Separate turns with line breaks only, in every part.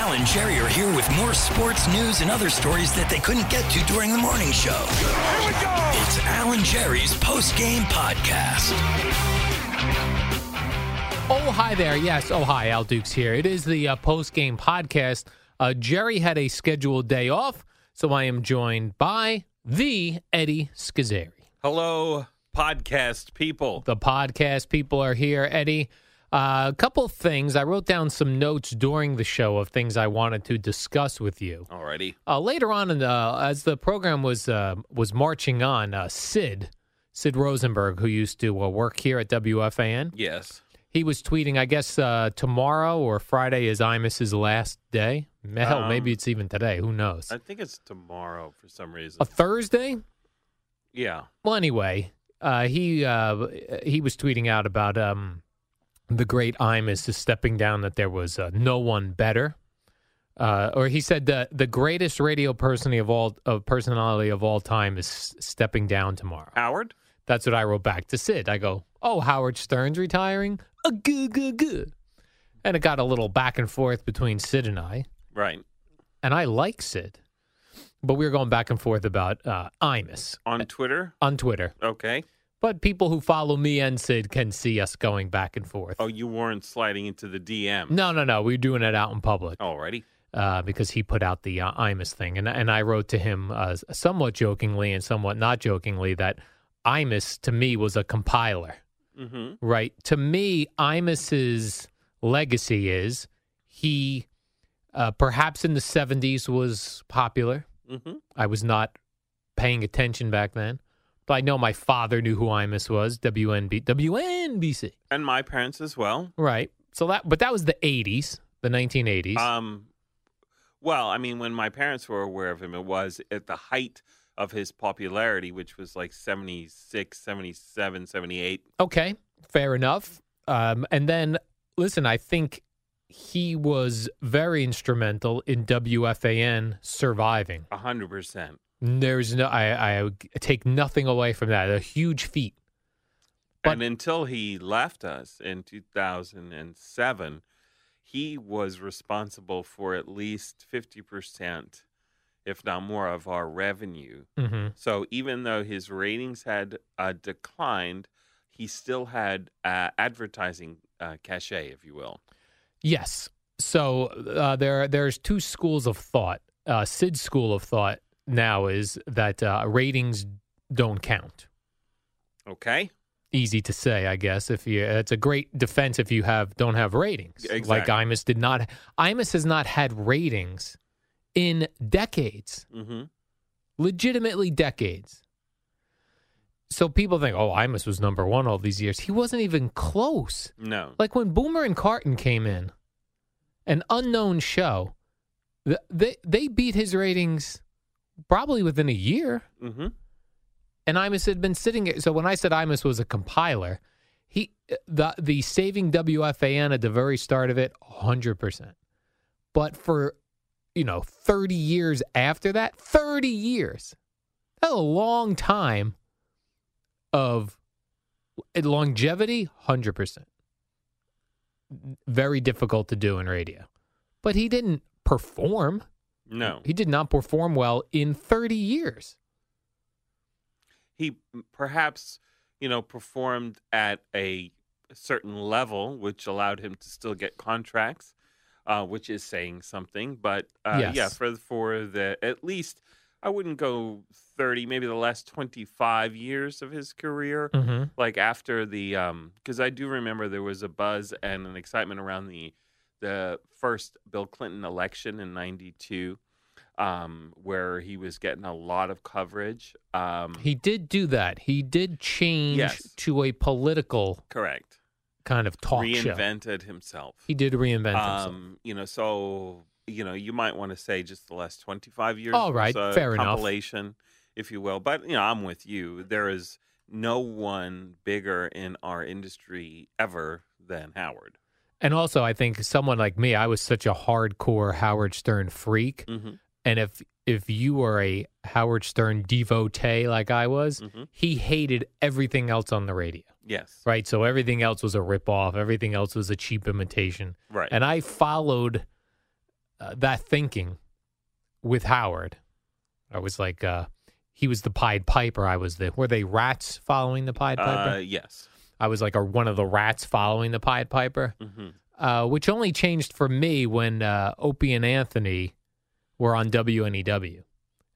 Al and Jerry are here with more sports news and other stories that they couldn't get to during the morning show. Here we go! It's Al and Jerry's post game podcast.
Oh, hi there. Yes. Oh, hi. Al Dukes here. It is the uh, post game podcast. Uh, Jerry had a scheduled day off, so I am joined by the Eddie Schizzeri.
Hello, podcast people.
The podcast people are here. Eddie, uh, a couple things. I wrote down some notes during the show of things I wanted to discuss with you.
Alrighty.
Uh, later on, in the, as the program was uh, was marching on, uh, Sid Sid Rosenberg, who used to uh, work here at WFAN,
Yes.
he was tweeting. I guess uh, tomorrow or Friday is Imus's last day. Hell,
Um,
maybe it's even today. Who knows?
I think it's tomorrow for some reason.
A Thursday.
yeah.
Well, anyway, uh, he uh, he was tweeting out about um, the great Imus is stepping down. That there was uh, no one better, uh, or he said the the greatest radio personality of all of personality of all time is stepping down tomorrow.
Howard?
That's what I wrote back to Sid. I go, "Oh, Howard Stern's retiring. A goo goo goo," and it got a little back and forth between Sid and I.
Right.
And I like Sid, but we were going back and forth about uh, Imus
On Twitter?
on Twitter.
Okay.
But people who follow me and Sid can see us going back and forth.
Oh, you weren't sliding into the DM.
No, no, no. We're doing it out in public
Alrighty.
uh, because he put out the uh, Imus thing. And, and I wrote to him uh, somewhat jokingly and somewhat not jokingly that Imus to me was a compiler,
Mm-hmm.
right? To me, Imus's legacy is he uh, perhaps in the 70s was popular.
Mm-hmm.
I was not paying attention back then. But I know my father knew who Imus was, WNB, WNBC.
And my parents as well.
Right. So that, but that was the '80s, the 1980s.
Um well, I mean when my parents were aware of him, it was at the height of his popularity, which was like 76, 77, 78.
okay, fair enough. Um, and then, listen, I think he was very instrumental in WFAN surviving.
100%.
There's no, I, I take nothing away from that. A huge feat. But-
and until he left us in 2007, he was responsible for at least 50%, if not more, of our revenue.
hmm
So even though his ratings had uh, declined, he still had uh, advertising uh, cachet, if you will.
Yes. So uh, there, there's two schools of thought. Uh, Sid's school of thought now is that uh, ratings don't count.
Okay?
easy to say, I guess. If you, it's a great defense if you have don't have ratings. Like
Exactly.
Imus did not. Imus has not had ratings in decades,
Mm-hmm.
legitimately decades. So people think, oh, Imus was number one all these years. He wasn't even close.
No.
Like when Boomer and Carton came in, an unknown show, th- they they beat his ratings probably within a year
Mm-hmm.
and Imus had been sitting. So when I said Imus was a compiler, he the the saving WFAN at the very start of it, hundred percent. But for you know thirty years after that, thirty years, that's a long time of longevity, hundred percent. Very difficult to do in radio. But he didn't perform.
No,
He did not perform well in 30 years.
he perhaps you know performed at a certain level which allowed him to still get contracts uh, which is saying something but uh, yeah
Yes.
for for the at least i wouldn't go 30 maybe the last 25 years of his career
Mm-hmm.
like after the um because i do remember there was a buzz and an excitement around the the first bill clinton election in 92 um where he was getting a lot of coverage um
He did do that. He did change
Yes.
to a political
correct
kind of talk show.
reinvented himself.
He did reinvent himself.
um, you know, so you know, you might want to say just the last twenty five years.
All
was
right,
a
fair enough.
compilation, if you will. But you know, I'm with you. There is no one bigger in our industry ever than Howard.
And also, I think someone like me, I was such a hardcore Howard Stern freak.
Mm-hmm.
And if if you were a Howard Stern devotee like I was,
Mhm.
he hated everything else on the radio,
Yes,
right? So everything else was a ripoff. Everything else was a cheap imitation.
right.
And I followed uh, that thinking with Howard. I was like, uh, he was the Pied Piper. I was the were they rats following the Pied Piper?
uh, yes.
I was like, a, one of the rats following the Pied Piper?
hmm
uh, which only changed for me when uh, Opie and Anthony were on WNEW,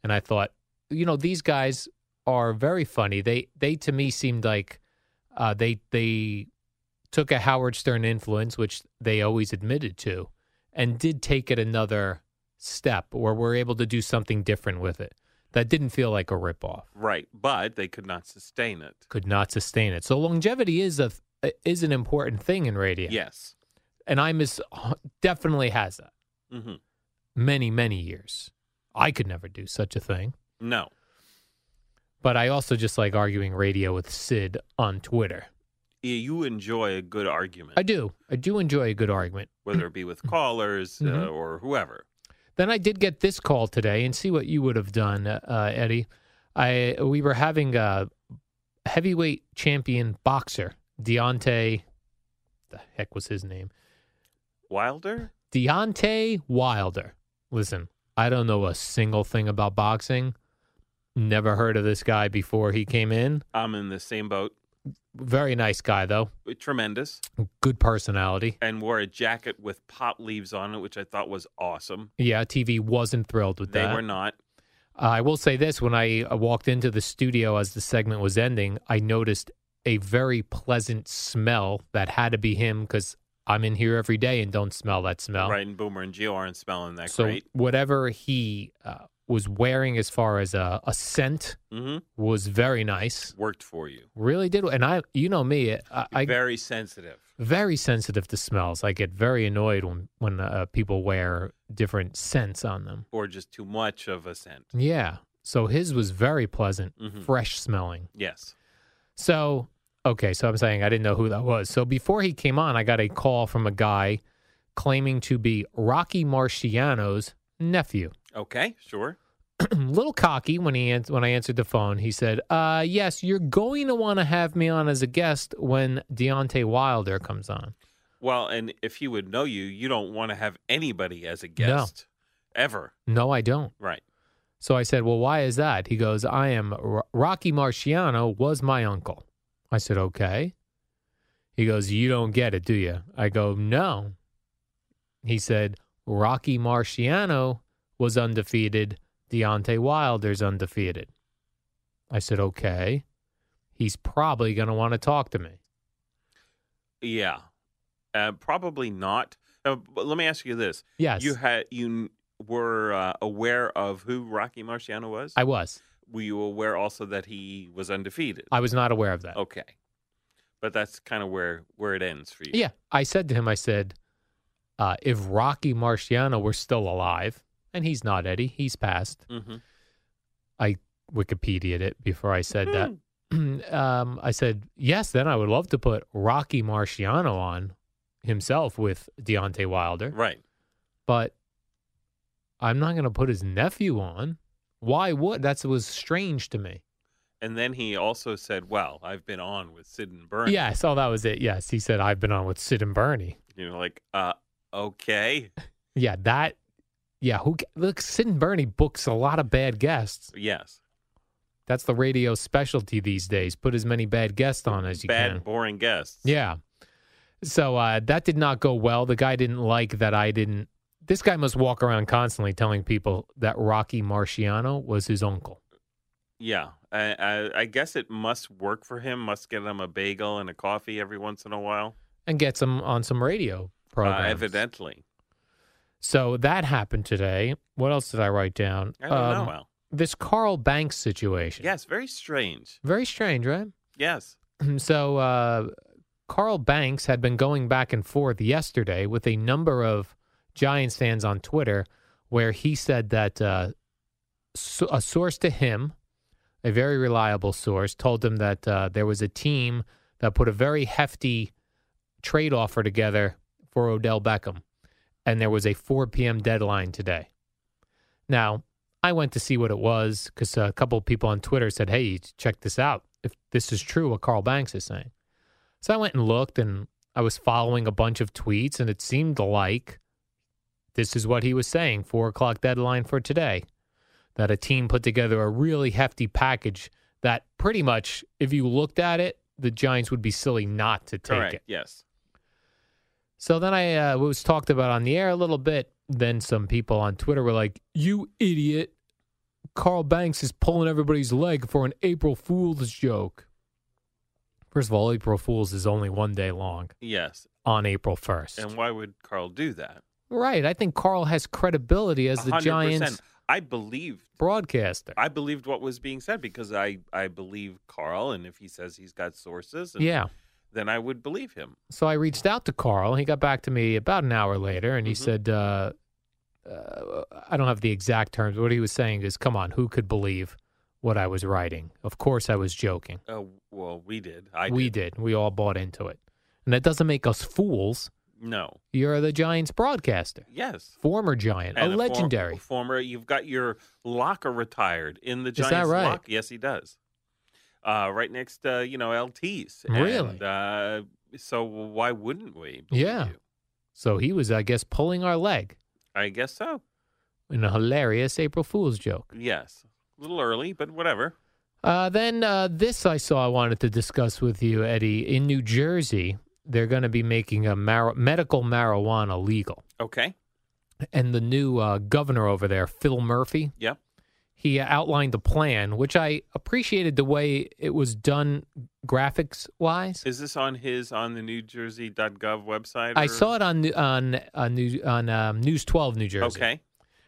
and I thought, you know, these guys are very funny. They they to me seemed like uh, they they took a Howard Stern influence, which they always admitted to, and did take it another step, or were able to do something different with it that didn't feel like a ripoff.
Right, but they could not sustain it.
Could not sustain it. So longevity is a is an important thing in radio,
Yes.
and I miss uh, definitely has that.
hmm
many, many years. I could never do such a thing.
No.
But I also just like arguing radio with Sid on Twitter.
Y- You enjoy a good argument,
I do. I do enjoy a good argument.
whether it be with callers uh,
Mhm.
or whoever.
Then I did get this call today and see what you would have done, uh, Eddie. I we were having a heavyweight champion boxer Deontay. The heck was his name?
Wilder?
Deontay Wilder. Listen, I don't know a single thing about boxing. Never heard of this guy before he came in.
I'm in the same boat. Uh,
Very nice guy though.
Tremendous.
good personality.
and wore a jacket with pot leaves on it, which I thought was awesome.
Yeah, TV wasn't thrilled with
They
that.
were not.
Uh, I will say this: when I uh, walked into the studio as the segment was ending, I noticed a very pleasant smell that had to be him because I'm in here every day and don't smell that smell.
Right, and Boomer and Geo aren't smelling that
So
great.
whatever he uh, was wearing, as far as a, a scent,
hmm
was very nice.
Worked for you.
Really did. And I, you know me, I, I
Very sensitive.
very sensitive to smells. I get very annoyed when when uh, people wear different scents on them.
Or just too much of a scent.
Yeah. So his was very pleasant,
Mhm.
fresh smelling.
Yes.
So, okay. So I'm saying I didn't know who that was. So before he came on, I got a call from a guy claiming to be Rocky Marciano's nephew.
Okay, sure.
little cocky when he ans- when I answered the phone. He said, uh, "Yes, you're going to want to have me on as a guest when Deontay Wilder comes on."
Well, and if he would know you, you don't want to have anybody as a guest ever.
No, I don't.
Right.
So I said, "Well, why is that?" He goes, "I am Ro- Rocky Marciano was my uncle." I said, "Okay." He goes, "You don't get it, do you?" I go, "No." He said, "Rocky Marciano was undefeated. Deontay Wilder's undefeated." I said, "Okay." He's probably going to want to talk to me.
Yeah. Uh, probably not. Uh, but let me ask you this:
Yes,
You had you were uh, aware of who Rocky Marciano was?
I was.
were you aware also that he was undefeated?
I was not aware of that.
Okay. But that's kind of where where it ends for you.
Yeah. I said to him, I said, uh, if Rocky Marciano were still alive, and he's not Eddie, he's passed.
hmm
I Wikipedia'd it before I said that. um, I said, yes, then I would love to put Rocky Marciano on himself with Deontay Wilder,
Right.
but I'm not going to put his nephew on. Why would? That was strange to me.
And then he also said, "Well, I've been on with Sid and Bernie."
Yes. Oh, that was it. Yes. He said, I've been on with Sid and Bernie.
You know, like, uh, okay,
Yeah, that. Yeah, who ca- look? Sid and Bernie books a lot of bad guests.
Yes.
That's the radio specialty these days. Put as many bad guests on as you
Bad,
can.
boring guests.
Yeah. So uh, that did not go well. The guy didn't like that I didn't. This guy must walk around constantly telling people that Rocky Marciano was his uncle.
Yeah. I, I, I guess it must work for him. Must get him a bagel and a coffee every once in a while.
and gets him on some radio
Uh,
programs.
evidently.
So that happened today. What else did I write down? Um,
I don't know. Al.
This Carl Banks situation.
Yes. Very strange.
Very strange, right?
Yes.
So uh, Carl Banks had been going back and forth yesterday with a number of Giants fans on Twitter where he said that uh, so- a source to him, a very reliable source, told him that uh, there was a team that put a very hefty trade offer together for Odell Beckham, and there was a 4 p.m. deadline today. Now, I went to see what it was because a couple of people on Twitter said, "Hey, check this out. If this is true, what Carl Banks is saying." So I went and looked, and I was following a bunch of tweets, and it seemed like this is what he was saying: four o'clock deadline for today. That a team put together a really hefty package that pretty much, if you looked at it, the Giants would be silly not to take
Correct.
it.
Yes.
So then I uh, was talked about on the air a little bit. Then some people on Twitter were like, "You idiot! Carl Banks is pulling everybody's leg for an April Fool's joke." First of all, April Fool's is only one day long
Yes.
on April first.
And why would Carl do that?
Right. I think Carl has credibility as the
100%.
Giants
I believed
broadcaster.
I believed what was being said because I I believe Carl, and if he says he's got sources, and-
Yeah.
then I would believe him.
So I reached out to Carl. He got back to me about an hour later, and he
Mm-hmm.
said, uh, uh, "I don't have the exact terms. but What he was saying is, come on, who could believe what I was writing? Of course, I was joking.
Uh, well, we did. I
we
did.
did. We all bought into it, and that doesn't make us fools.
No.
You're the Giants broadcaster,
Yes.
former Giant,
And
a
for-
legendary.
former. You've got your locker retired in the
Is that
Giants.
right?
lock- Yes, he does. Uh, right next to you know LT's.
Really?
And, uh, so why wouldn't we? believe
Yeah.
you?
So he was, I guess, pulling our leg
I guess so.
in a hilarious April Fool's joke.
Yes. A little early, but whatever.
Uh, then uh, this I saw I wanted to discuss with you, Eddie. In New Jersey, they're going to be making a mar- medical marijuana legal,
Okay.
and the new uh, governor over there, Phil Murphy,
Yep.
he outlined a plan, which I appreciated the way it was done, graphics wise.
Is this on his on the NewJersey.gov website?
I
or-
saw it on on on News on um, News 12 New Jersey.
Okay.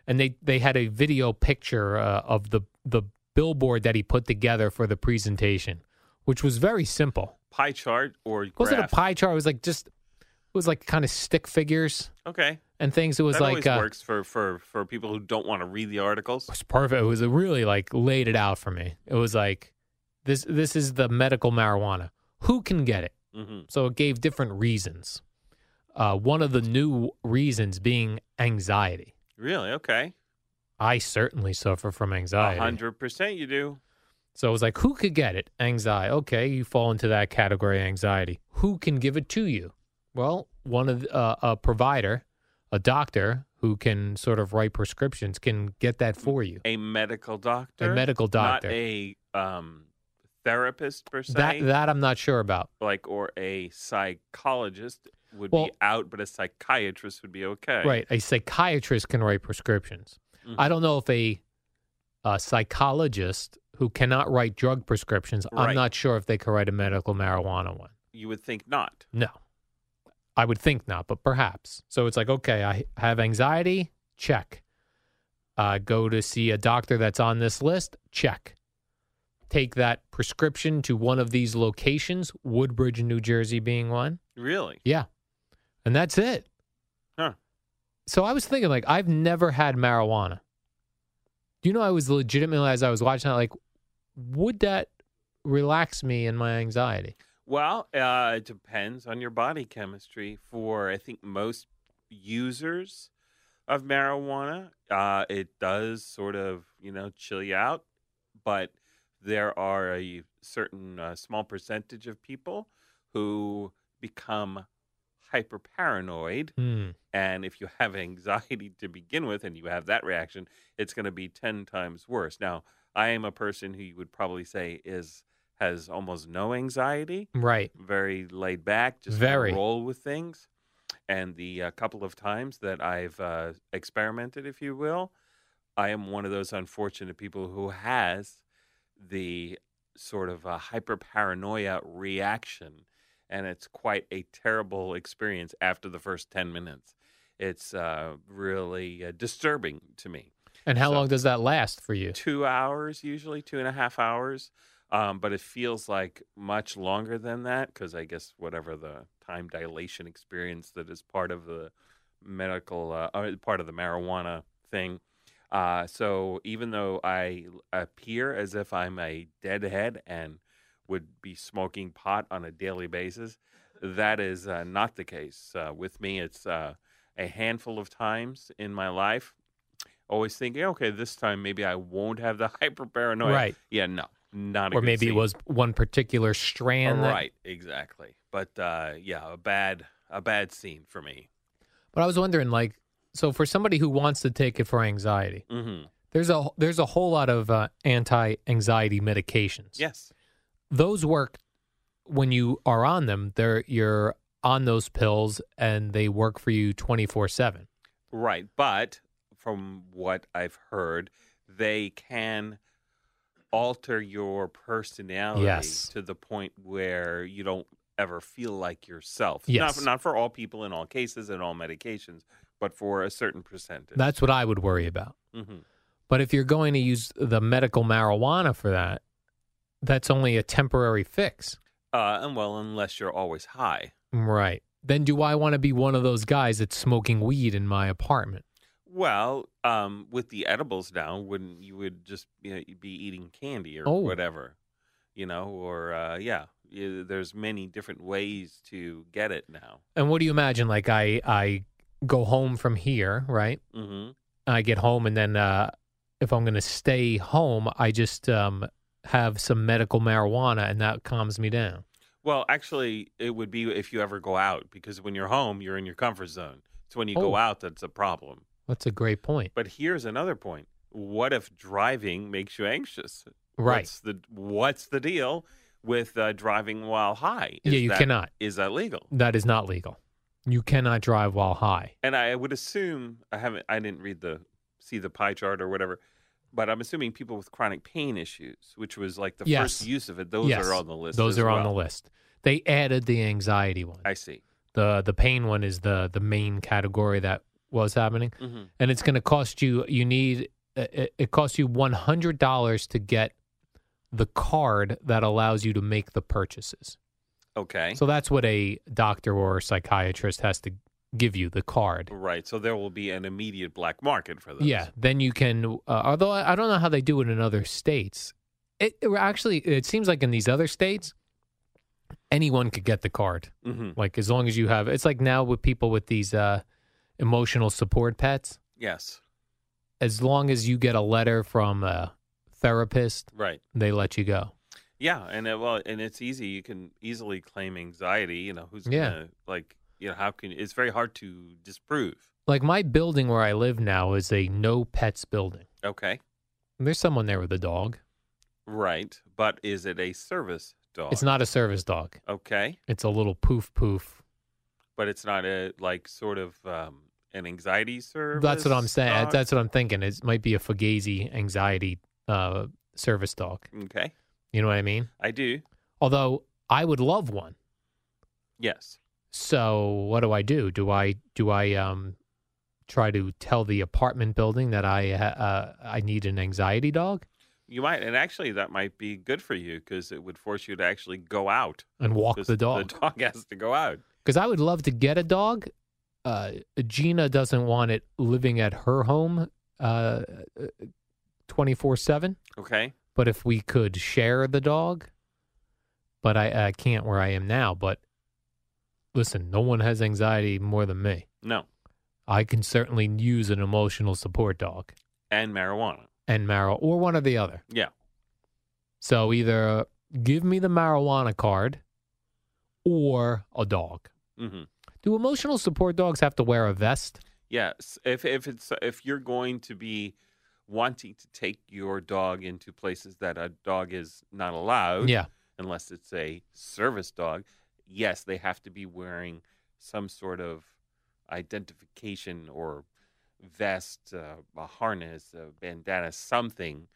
and they they had a video picture uh, of the the billboard that he put together for the presentation, which was very simple.
pie chart or graph.
wasn't a pie chart. It was like just it was like kind of stick figures
Okay,
and things. It was
that
like
always
uh,
works for for for people who don't want to read the articles.
it was perfect. It was it really like laid it out for me. It was like this this is the medical marijuana. Who can get it?
hmm
So it gave different reasons. Uh, one of the new reasons being anxiety.
Really? Okay,
I certainly suffer from anxiety.
hundred percent. You do.
So it was like, who could get it? Anxiety. Okay, you fall into that category, anxiety. Who can give it to you? Well, one of the- uh, a provider, a doctor who can sort of write prescriptions can get that for you.
A medical doctor.
A medical doctor.
Not a um, therapist per se.
That that I'm not sure about.
like or a psychologist would
Well-
be out, but a psychiatrist would be okay.
Right, a psychiatrist can write prescriptions. I don't know if a, a psychologist who cannot write drug prescriptions. I'm
Right.
not sure if they could write a medical marijuana one.
You would think not.
No. I would think not, but perhaps. So it's like, okay, I have anxiety, check. Uh, go to see a doctor that's on this list, check. Take that prescription to one of these locations, Woodbridge, New Jersey being one.
Really?
Yeah. And that's it.
Huh.
So I was thinking, like, I've never had marijuana. You know, I was legitimately, as I was watching that, like, would that relax me in my anxiety?
Well, uh, it depends on your body chemistry. For I think most users of marijuana, uh, it does sort of you know chill you out, but there are a certain uh, small percentage of people who become hyper paranoid,
Hmm.
and if you have anxiety to begin with and you have that reaction, it's going to be 10 times worse. Now, I am a person who you would probably say is has almost no anxiety,
Right.
very laid back, just kinda
Very.
roll with things. And the uh, couple of times that I've uh, experimented, if you will, I am one of those unfortunate people who has the sort of uh, hyper paranoia reaction. And it's quite a terrible experience after the first 10 minutes. It's uh, really uh, disturbing to me
And how
So-
long does that last for you?
two hours usually two and a half hours um, but it feels like much longer than that because i guess whatever the time dilation experience that is part of the medical uh, uh, part of the marijuana thing uh, so even though i appear as if i'm a deadhead and would be smoking pot on a daily basis that is uh, not the case uh, with me it's uh, a handful of times in my life always thinking, okay, this time maybe I won't have the hyper paranoia.
Right.
Yeah, no, not a
Or
good
maybe it
scene.
was one particular strand. that-
right, exactly. But uh, yeah, a bad a bad scene for me.
But I was wondering, like, so for somebody who wants to take it for anxiety,
hmm
there's a there's a whole lot of uh, anti-anxiety medications.
Yes,
those work when you are on them. They're you're on those pills and they work for you 24/7.
right. But from what I've heard, they can alter your personality
Yes.
to the point where you don't ever feel like yourself.
Yes.
Not, not for all people in all cases and all medications, but for a certain percentage.
That's what I would worry about.
Mhm.
But if you're going to use the medical marijuana for that, that's only a temporary fix.
uh, and well, unless you're always high.
Right. Then do I want to be one of those guys that's smoking weed in my apartment?
Well, um, with the edibles now, wouldn't you would just you know, you'd be eating candy or
Oh.
whatever, you know, or uh, yeah, y- there's many different ways to get it now.
And what do you imagine? Like I I go home from here, right?
hmm
I get home, and then uh, if I'm going to stay home, I just um, have some medical marijuana, and that calms me down.
Well, actually, it would be if you ever go out because when you're home, you're in your comfort zone. It's when you
Oh.
go out that's a problem.
That's a great point,
But here's another point: What if driving makes you anxious?
right?
What's the What's the deal with uh, driving while high?
Yeah, you
that-
cannot.
Is that legal?
That is not legal. You cannot drive while high.
And I would assume I haven't I didn't read the see the pie chart or whatever, but I'm assuming people with chronic pain issues, which was like the
Yes.
first use of it, those
Yes,
are on the list.
Those
as
are on the
well.
list. They added the anxiety one.
I see.
the The pain one is the the main category that was happening,
hmm
and it's going to cost you. You need uh, it, it costs you one hundred dollars to get the card that allows you to make the purchases.
Okay.
So that's what a doctor or psychiatrist has to give you the card.
right. So there will be an immediate black market for those.
Yeah, then you can. Uh, although I I don't know how they do it in other states. It, it actually it seems like in these other states, anyone could get the card.
hmm
Like as long as you have, it's like now with people with these uh, emotional support pets.
Yes.
As long as you get a letter from a therapist,
Right.
they let you go.
Yeah. And it, well, and it's easy. You can easily claim anxiety. You know, who's
Yeah.
gonna like you know how can it's very hard to disprove.
Like my building where I live now is a no pets building.
Okay.
There's someone there with a dog.
Right. But is it a service dog?
It's not a service dog.
Okay.
It's a little poof poof.
but it's not a like sort of um, an anxiety service.
That's what I'm saying.
dog?
That's what I'm thinking. It might be a Fugazi anxiety uh, service dog.
okay.
You know what I mean?
I do.
Although I would love one.
Yes.
So what do I do? Do I do I um try to tell the apartment building that I uh, I need an anxiety dog
You might, and actually, that might be good for you because it would force you to actually go out.
and walk
'cause
the dog?
The dog has to go out.
Because I would love to get a dog. Uh, Gina doesn't want it living at her home twenty four seven.
Okay.
but if we could share the dog but i, I can't where i am now but listen no one has anxiety more than me
No.
i can certainly use an emotional support dog
And marijuana.
and marrow or one or the other
Yeah.
so either give me the marijuana card or a dog
Mm-hmm.
Do emotional support dogs have to wear a vest?
Yes, if if it's if you're going to be wanting to take your dog into places that a dog is not allowed,
Yeah.
unless it's a service dog, yes, they have to be wearing some sort of identification or vest, uh, a harness, a bandana, something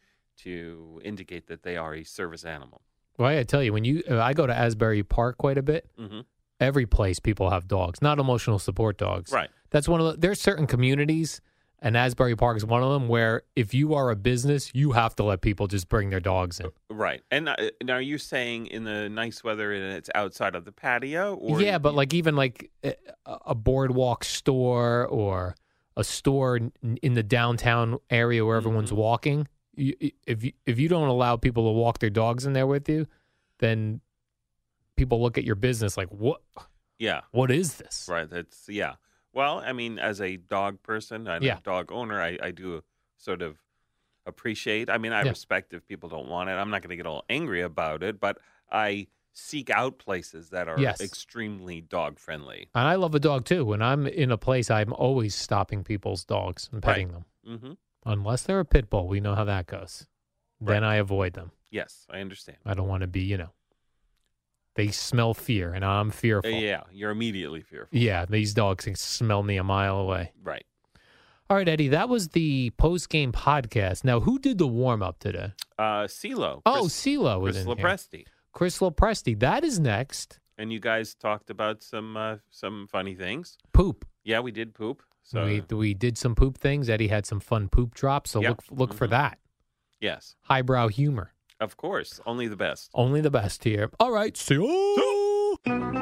to indicate that they are a service animal.
Well, I tell you, when you uh, I go to Asbury Park quite a bit.
Mm-hmm.
Every place people have dogs, not emotional support dogs.
Right.
That's one of the, there's certain communities, and Asbury Park is one of them where if you are a business, you have to let people just bring their dogs in.
Right. And, uh, and are you saying in the nice weather and it's outside of the patio? Or
yeah, but
you-
like even like a a boardwalk store or a store n- in the downtown area where
Mm-hmm.
everyone's walking, you, if you, if you don't allow people to walk their dogs in there with you, then people look at your business like what
yeah,
what is this?
right. That's yeah. Well, I mean, as a dog person and
Yeah.
a dog owner, I, I do sort of appreciate. I mean, I
Yeah.
respect if people don't want it. I'm not going to get all angry about it, but I seek out places that are
Yes.
extremely dog friendly.
And I love a dog too. When I'm in a place, I'm always stopping people's dogs and petting them,
hmm
unless they're a pit bull. We know how that goes. Then I avoid them.
Yes, I understand.
I don't want to be, you know. They smell fear, and I'm
Uh,
fearful.
yeah, you're immediately fearful.
Yeah, these dogs can smell me a mile away.
Right.
All right, Eddie, that was the post game podcast. Now, who did the warm up today?
Uh, CeeLo.
Oh,
Chris,
CeeLo was
Chris
in here.
Lopresti.
Chris Lopresti. That is next.
and you guys talked about some uh, some funny things.
Poop.
Yeah, we did poop. So
we we did some poop things. Eddie had some fun poop drops. So
Yeah.
look look for
Mhm.
that
yes,
highbrow humor.
of course, only the best.
Only the best here. All right, see you.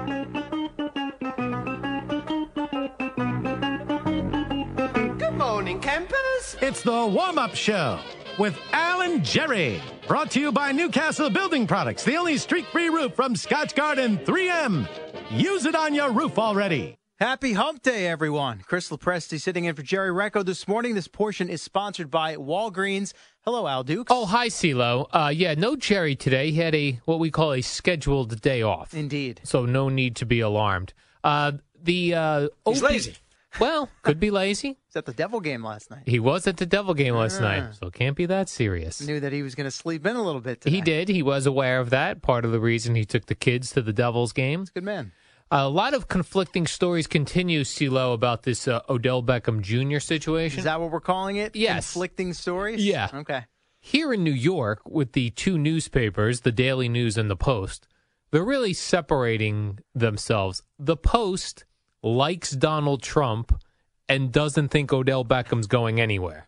Good morning, campers.
It's the warm up show with Alan Jerry. Brought to you by Newcastle Building Products, the only streak free roof from Scotch Garden 3M. Use it on your roof already.
Happy hump day, everyone. Chris Lopresti sitting in for Jerry Recco this morning. This portion is sponsored by Walgreens. Hello, Al Dukes.
Oh, hi, CeeLo. Uh, yeah, no Jerry today. He had a what we call a scheduled day off.
indeed.
so no need to be alarmed. Uh, the uh, He's lazy. Well, could be lazy.
Was at the devil game last night.
He was at the devil game last night, so can't be that serious.
Knew that he was going to sleep in a little bit today.
He did. He was aware of that. Part of the reason he took the kids to the Devils game.
Good man.
A lot of conflicting stories continue, CeeLo, about this uh, Odell Beckham Jr. situation.
Is that what we're calling it?
Yes.
Conflicting stories?
Yeah.
Okay.
Here in New York, with the two newspapers, the Daily News and the Post, they're really separating themselves. The Post likes Donald Trump and doesn't think Odell Beckham's going anywhere.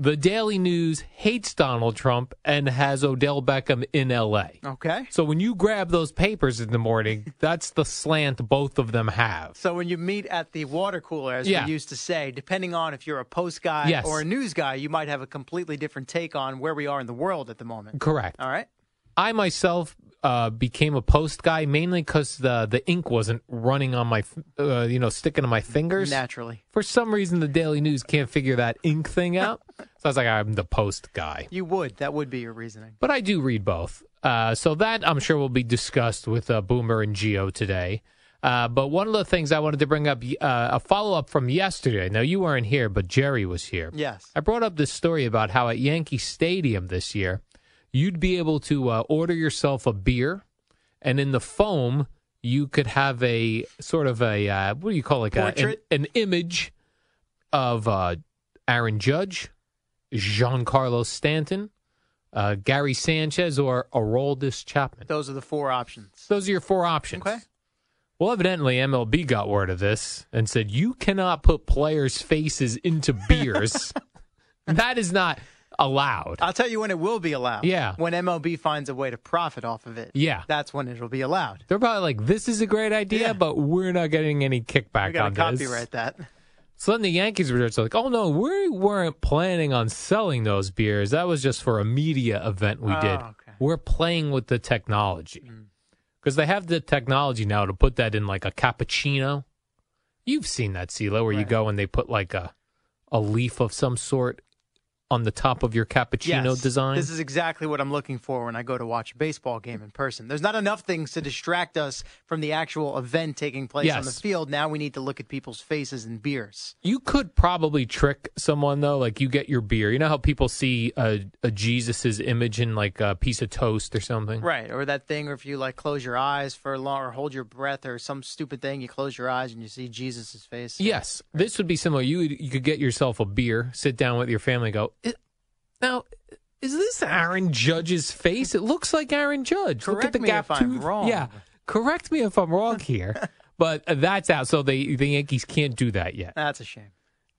the Daily News hates Donald Trump and has Odell Beckham in LA.
Okay.
So when you grab those papers in the morning, that's the slant both of them have.
So when you meet at the water cooler, as
Yeah.
we used to say, depending on if you're a post guy
Yes.
or a news guy, you might have a completely different take on where we are in the world at the moment.
Correct.
All right.
I myself uh, became a post guy mainly because the the ink wasn't running on my, f- uh, you know, sticking to my fingers.
Naturally.
For some reason, the Daily News can't figure that ink thing out. so I was like, I'm the post guy.
You would. That would be your reasoning.
But I do read both. Uh, so that I'm sure will be discussed with uh, Boomer and Geo today. Uh, but one of the things I wanted to bring up, y- uh, a follow up from yesterday. Now, you weren't here, but Jerry was here.
Yes.
I brought up this story about how at Yankee Stadium this year, you'd be able to uh, order yourself a beer, and in the foam, you could have a sort of a uh, what do you call it? Like a- an-
Portrait?
an, image of uh, Aaron Judge, Giancarlo Stanton, uh, Gary Sanchez, or Aroldis Chapman.
Those are the four options.
Those are your four options.
Okay.
Well, evidently MLB got word of this and said you cannot put players' faces into beers. that is not allowed.
I'll tell you when it will be allowed.
Yeah.
When MLB finds a way to profit off of it.
Yeah.
That's when it'll be allowed.
They're probably like, "This is a great idea,
Yeah.
but we're not getting any
We
kickback
got
on
to
this."
copyright that.
So then the Yankees were just like, "Oh no, we weren't planning on selling those beers. That was just for a media event we did.
Oh, okay. Mm.
We're playing with the technology because they have the technology now to put that in like a cappuccino. You've seen that, CeeLo, where you
Right.
go and they put like a a leaf of some sort on the top of your cappuccino
Yes.
design?
This is exactly what I'm looking for when I go to watch a baseball game in person. There's not enough things to distract us from the actual event taking place on the
Yes.
field. Now we need to look at people's faces and beers.
You could probably trick someone though, like you get your beer. You know how people see a, a Jesus's image in like a piece of toast or something.
Right. Or that thing, or if you like close your eyes for a long or hold your breath or some stupid thing, you close your eyes and you see Jesus' face.
Yes, this would be similar. You would- you could get yourself a beer, sit down with your family, and go. "I- Now, is this Aaron Judge's face? It looks like Aaron Judge. Look at
Correct
the
me
gap
if I'm
tooth."
wrong.
Yeah, correct me if I'm wrong here, but uh, that's out. So they the Yankees can't do that yet.
That's a shame.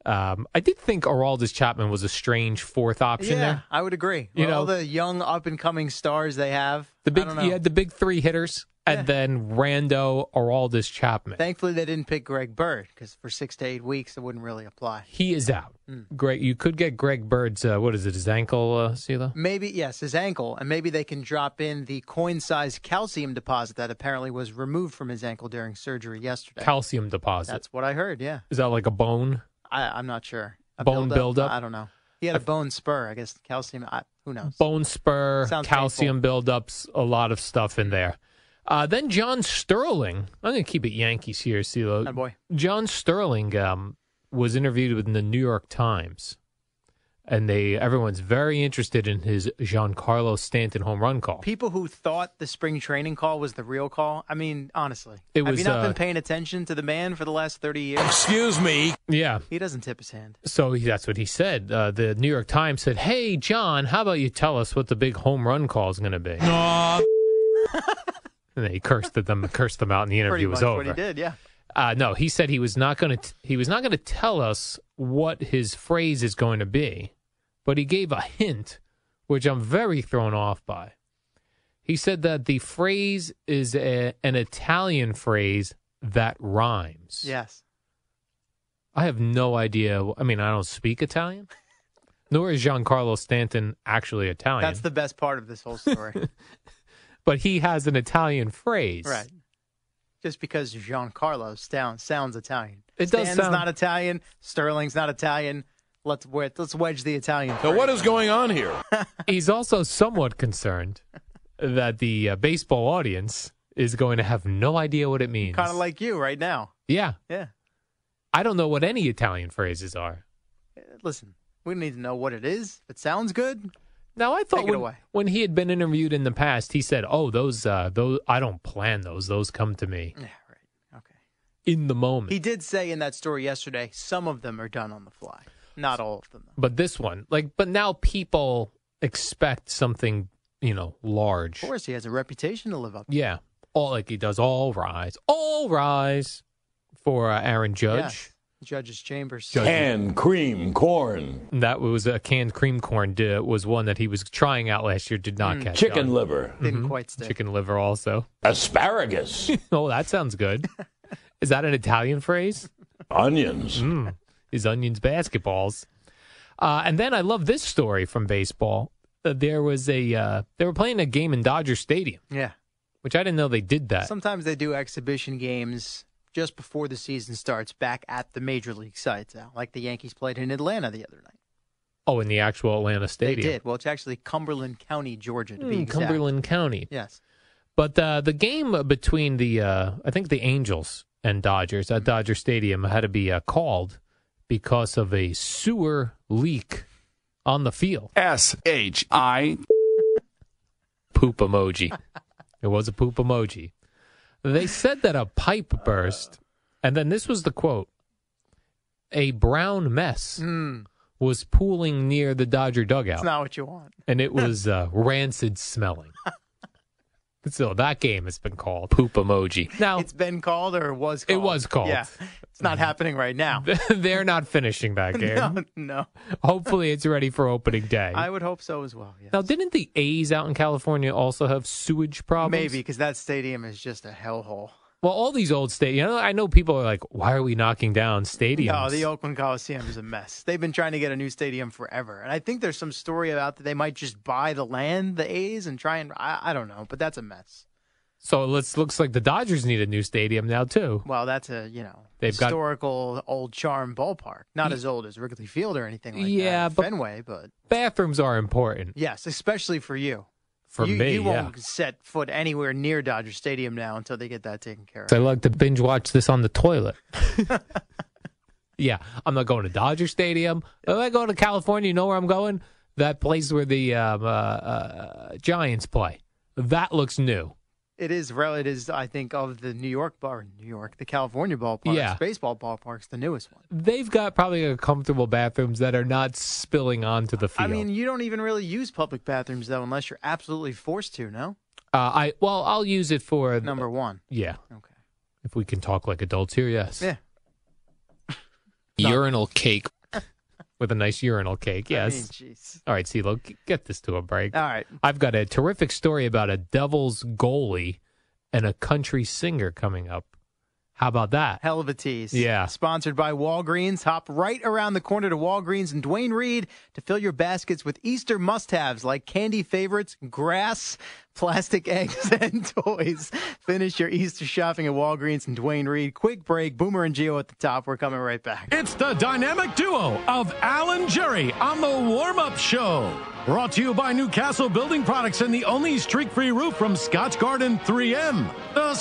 Um, I did think Araldis Chapman was a strange fourth option there.
I would agree.
You
With all
know-
the young up and coming stars they have.
The big
I don't know.
you had the big three hitters, and then Rando Araldis Chapman.
Thankfully, they didn't pick Greg Bird because for six to eight weeks, it wouldn't really apply.
he is out.
Hmm.
Greg, you could get Greg Bird's uh, what is it? His ankle, uh, Silo?
Maybe, yes, his ankle, and maybe they can drop in the coin sized calcium deposit that apparently was removed from his ankle during surgery yesterday.
Calcium deposit.
That's what I heard, yeah.
is that like a bone?
I, I'm not sure. A
Bone buildup?
I don't know. He had a bone spur, I guess. Calcium, I, who knows?
Bone spur,
Sounds
calcium buildups, a lot of stuff in there. Uh, then John Sterling. I'm going to keep it Yankees here, CeeLo.
Oh, boy.
John Sterling um, was interviewed with the New York Times, and they everyone's very interested in his Giancarlo Stanton home run call.
People who thought the spring training call was the real call, I mean, honestly.
It
have
was,
you not
uh,
been paying attention to the man for the last 30 years?
Yeah.
He doesn't tip his hand.
So he- that's what he said. Uh, the New York Times said, "Hey, John, how about you tell us what the big home run call is going to be?" No. and then he cursed at them, cursed them out, and the
Pretty
interview
much
was over.
what he did, yeah.
Uh, no, he said he was not going to. He was not going to tell us what his phrase is going to be, but he gave a hint, which I'm very thrown off by. He said that the phrase is a, an Italian phrase that rhymes.
Yes.
I have no idea. I mean, I don't speak Italian, nor is Giancarlo Stanton actually Italian.
That's the best part of this whole story.
but he has an Italian phrase.
Right. Just because Giancarlo sounds sounds Italian.
It does
Stan's
sound-
not Italian. Sterling's not Italian. Let's wed- let's wedge the Italian. So
going on here?
He's also somewhat concerned that the uh, baseball audience is going to have no idea what it means.
kind of like you right now?
Yeah.
Yeah.
I don't know what any Italian phrases are.
Uh, Listen, we don't need to know what it is. If it sounds good,
Now I thought
Take it
when,
away.
when he had been interviewed in the past, he said, "Oh, those, uh, those, I don't plan those. Those come to me
yeah, right. Okay.
in the moment."
He did say in that story yesterday, some of them are done on the fly. Not all of them. Though.
but this one, like, but now people expect something, you know, large.
Of course, he has a reputation to live up. to.
Yeah, all like he does. All rise, all rise for uh, Aaron Judge.
Yes. Judge's chambers.
And cream corn,
That was a canned cream corn. Did, was one that he was trying out last year. Did not catch
chicken
on. Mm-hmm.
liver,
Mm. Didn't quite stick.
Chicken liver also.
asparagus,
Oh, that sounds good. Is that an Italian phrase?
onions.
Mm, is onions basketballs. Uh, and then I love this story from baseball. Uh, there was a uh, they were playing a game in Dodger Stadium,
Yeah.
which I didn't know they did that.
Sometimes they do exhibition games just before the season starts back at the major league sites, Al, like the Yankees played in Atlanta the other night.
oh, in the actual Atlanta
They
Stadium,
did. Well, it's actually Cumberland County, Georgia, to be
Mm,
exact.
Cumberland Oh. County.
Yes.
But uh, the game between the uh, I think the Angels and Dodgers at Dodger Stadium had to be uh, called because of a sewer leak on the field.
S H I
Poop emoji. it was a poop emoji. They said that a pipe burst, and then this was the quote: "A brown mess
Mm,
was pooling near the Dodger dugout,
It's not what you want.
and it was uh, rancid smelling." So that game has been called poop emoji. Now
It's been called or was
Oh. It
called?
was called.
Yeah. It's not happening right now.
They're not finishing that game.
no, no.
Hopefully, it's ready for opening day.
I would hope so as well. Yes.
now, didn't the A's out in California also have sewage problems?
Maybe because that stadium is just a hellhole.
Well, all these old stadiums. You know, I know people are like, "Why are we knocking down stadiums?"
No, the Oakland Coliseum is a mess. They've been trying to get a new stadium forever, and I think there's some story about that they might just buy the land, the A's, and try and I, I don't know, but that's a mess.
So it looks, looks like the Dodgers need a new stadium now, too.
Well, that's a you know
They've got-
historical old charm ballpark, not as old as Wrigley Field or anything like
Yeah,
that.
but-
Fenway, but
Bathrooms are important
yes, especially for you.
for
you,
me.
you
yeah.
won't set foot anywhere near Dodger Stadium now until they get that taken care of.
So I like to binge watch this on the toilet. yeah, I'm not going to Dodger Stadium. If I go to California, you know where I'm going? That place where the um, uh, uh, Giants play. That looks new.
It is rel. It is, I think, of the New York bar, New York, the California ballparks,
Yeah.
baseball ballparks, the newest one.
They've got probably a comfortable bathrooms that are not spilling onto the
I
field.
mean, you don't even really use public bathrooms though, unless you're absolutely forced to. No,
uh, I well, I'll use it for
number one.
Yeah,
Okay.
if we can talk like adults here, yes.
Yeah.
Urinal cake with a nice urinal cake. Yes.
I mean, jeez.
All right, CeeLo, g- get this to a break.
All right.
I've got a terrific story about a Devils goalie and a country singer coming up. How about that?
Hell of a tease.
Yeah.
Sponsored by Walgreens. Hop right around the corner to Walgreens and Dwayne Reed to fill your baskets with Easter must haves like candy favorites, grass, plastic eggs, and toys. Finish your Easter shopping at Walgreens and Dwayne Reed. Quick break. Boomer and Geo at the top. We're coming right back.
It's the dynamic duo of Alan Jerry on the warm up show. Brought to you by Newcastle Building Products and the only streak free roof from Scotch Garden 3M. The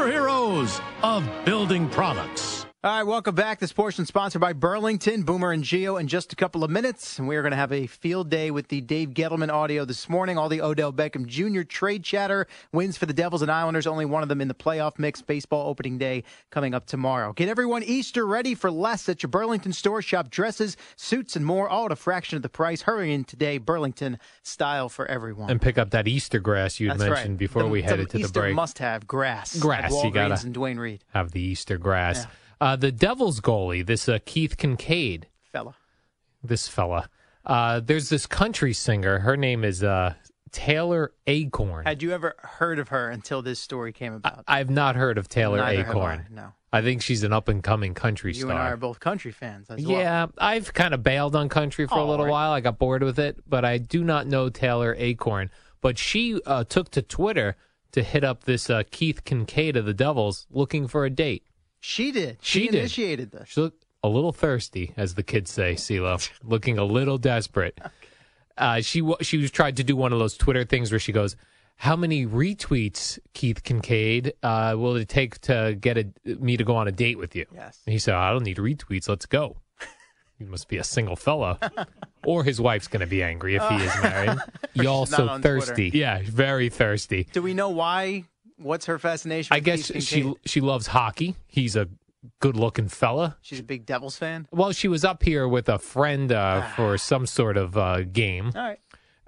superheroes of building products.
All right, welcome back. This portion sponsored by Burlington, Boomer and Geo in just a couple of minutes. And we are going to have a field day with the Dave Gettleman audio this morning. All the Odell Beckham Jr. trade chatter, wins for the Devils and Islanders, only one of them in the playoff mix. Baseball opening day coming up tomorrow. Get everyone Easter ready for less at your Burlington store. Shop dresses, suits, and more, all at a fraction of the price. Hurry in today. Burlington style for everyone.
And pick up that Easter grass you
That's
mentioned
right.
before
The-
we
some
headed to the
Easter
break.
must have grass. at
Grass, you gotta-
Walgreens and Dwayne Reed.
Have the Easter grass. Uh, the Devils goalie, this uh, Keith Kincaid,
Fella.
this fella. Uh, there's this country singer. Her name is uh, Taylor Acorn.
Had you ever heard of her until this story came about?
I, have not heard of Taylor
Neither have
Acorn.
I, no.
I think she's an up and coming country
You
star.
and I are both country fans as well.
Yeah, I've kind of bailed on country for a
All
little
right.
while. I got bored with it, but I do not know Taylor Acorn. But she uh, took to Twitter to hit up this uh, Keith Kincaid of the Devils looking for a date.
She did.
She
She,
did.
initiated this.
She looked a little thirsty, as the kids say, CeeLo, looking a little desperate. Uh, she wa- she was tried to do one of those Twitter things where she goes, "How many retweets, Keith Kincaid, uh, will it take to get a, me to go on a date with you?"
Yes.
And he said, "I don't need retweets. Let's go." He must be a single fella, or his wife's going to be angry if he is married. Y'all
Uh, not
so
on Twitter.
thirsty, yeah, very thirsty.
Do we know why? What's her fascination?
I
with
guess
Keith
she
Kincaid?
she loves hockey. He's a good-looking fella.
She's a big Devils fan.
Well, she was up here with a friend uh,
Ah.
for some sort of uh, game,
All right.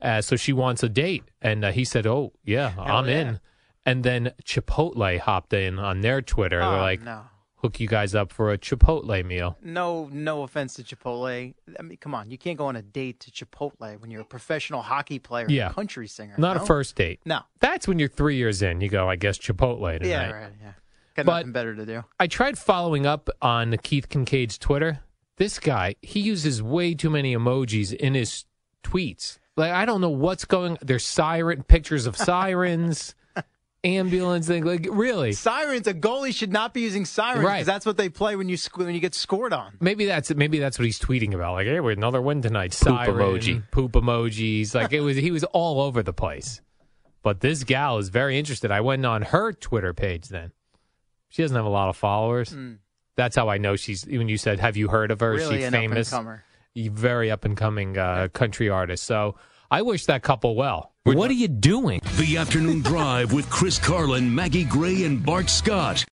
uh, so she wants a date, and uh, he said, "Oh yeah, I'm
yeah.
in." And then Chipotle hopped in on their Twitter. They're
Oh,
like,
no,
"Hook you guys up for a Chipotle meal."
no, no offense to Chipotle. I mean, come on, you can't go on a date to Chipotle when you're a professional hockey player, and
Yeah.
a country singer.
Not
no?
a first date.
No.
That's when you're three years in. You go, I guess Chipotle tonight.
Yeah, right. Yeah, got
But-
nothing better to do.
I tried following up on Keith Kincaid's Twitter. This guy, he uses way too many emojis in his tweets. Like I don't know what's going. There's siren pictures of sirens, ambulance thing. Like really,
Sirens. A goalie should not be using sirens
Right.
because that's what they play when you sc- when you get scored on.
maybe that's maybe that's what he's tweeting about. Like hey, we're another win tonight. Siren,
emoji.
poop emojis. Like it was. He was all over the place. But this gal is very interested. I went on her Twitter page. Then she doesn't have a lot of followers. That's how I know she's. When you said, "Have you heard of her?
Hmm. Really,
she's
an
famous."
up and comer.
very up and coming uh, country artist. So I wish that couple well. What are you doing?
The Afternoon Drive with Chris Carlin, Maggie Gray, and Bart Scott.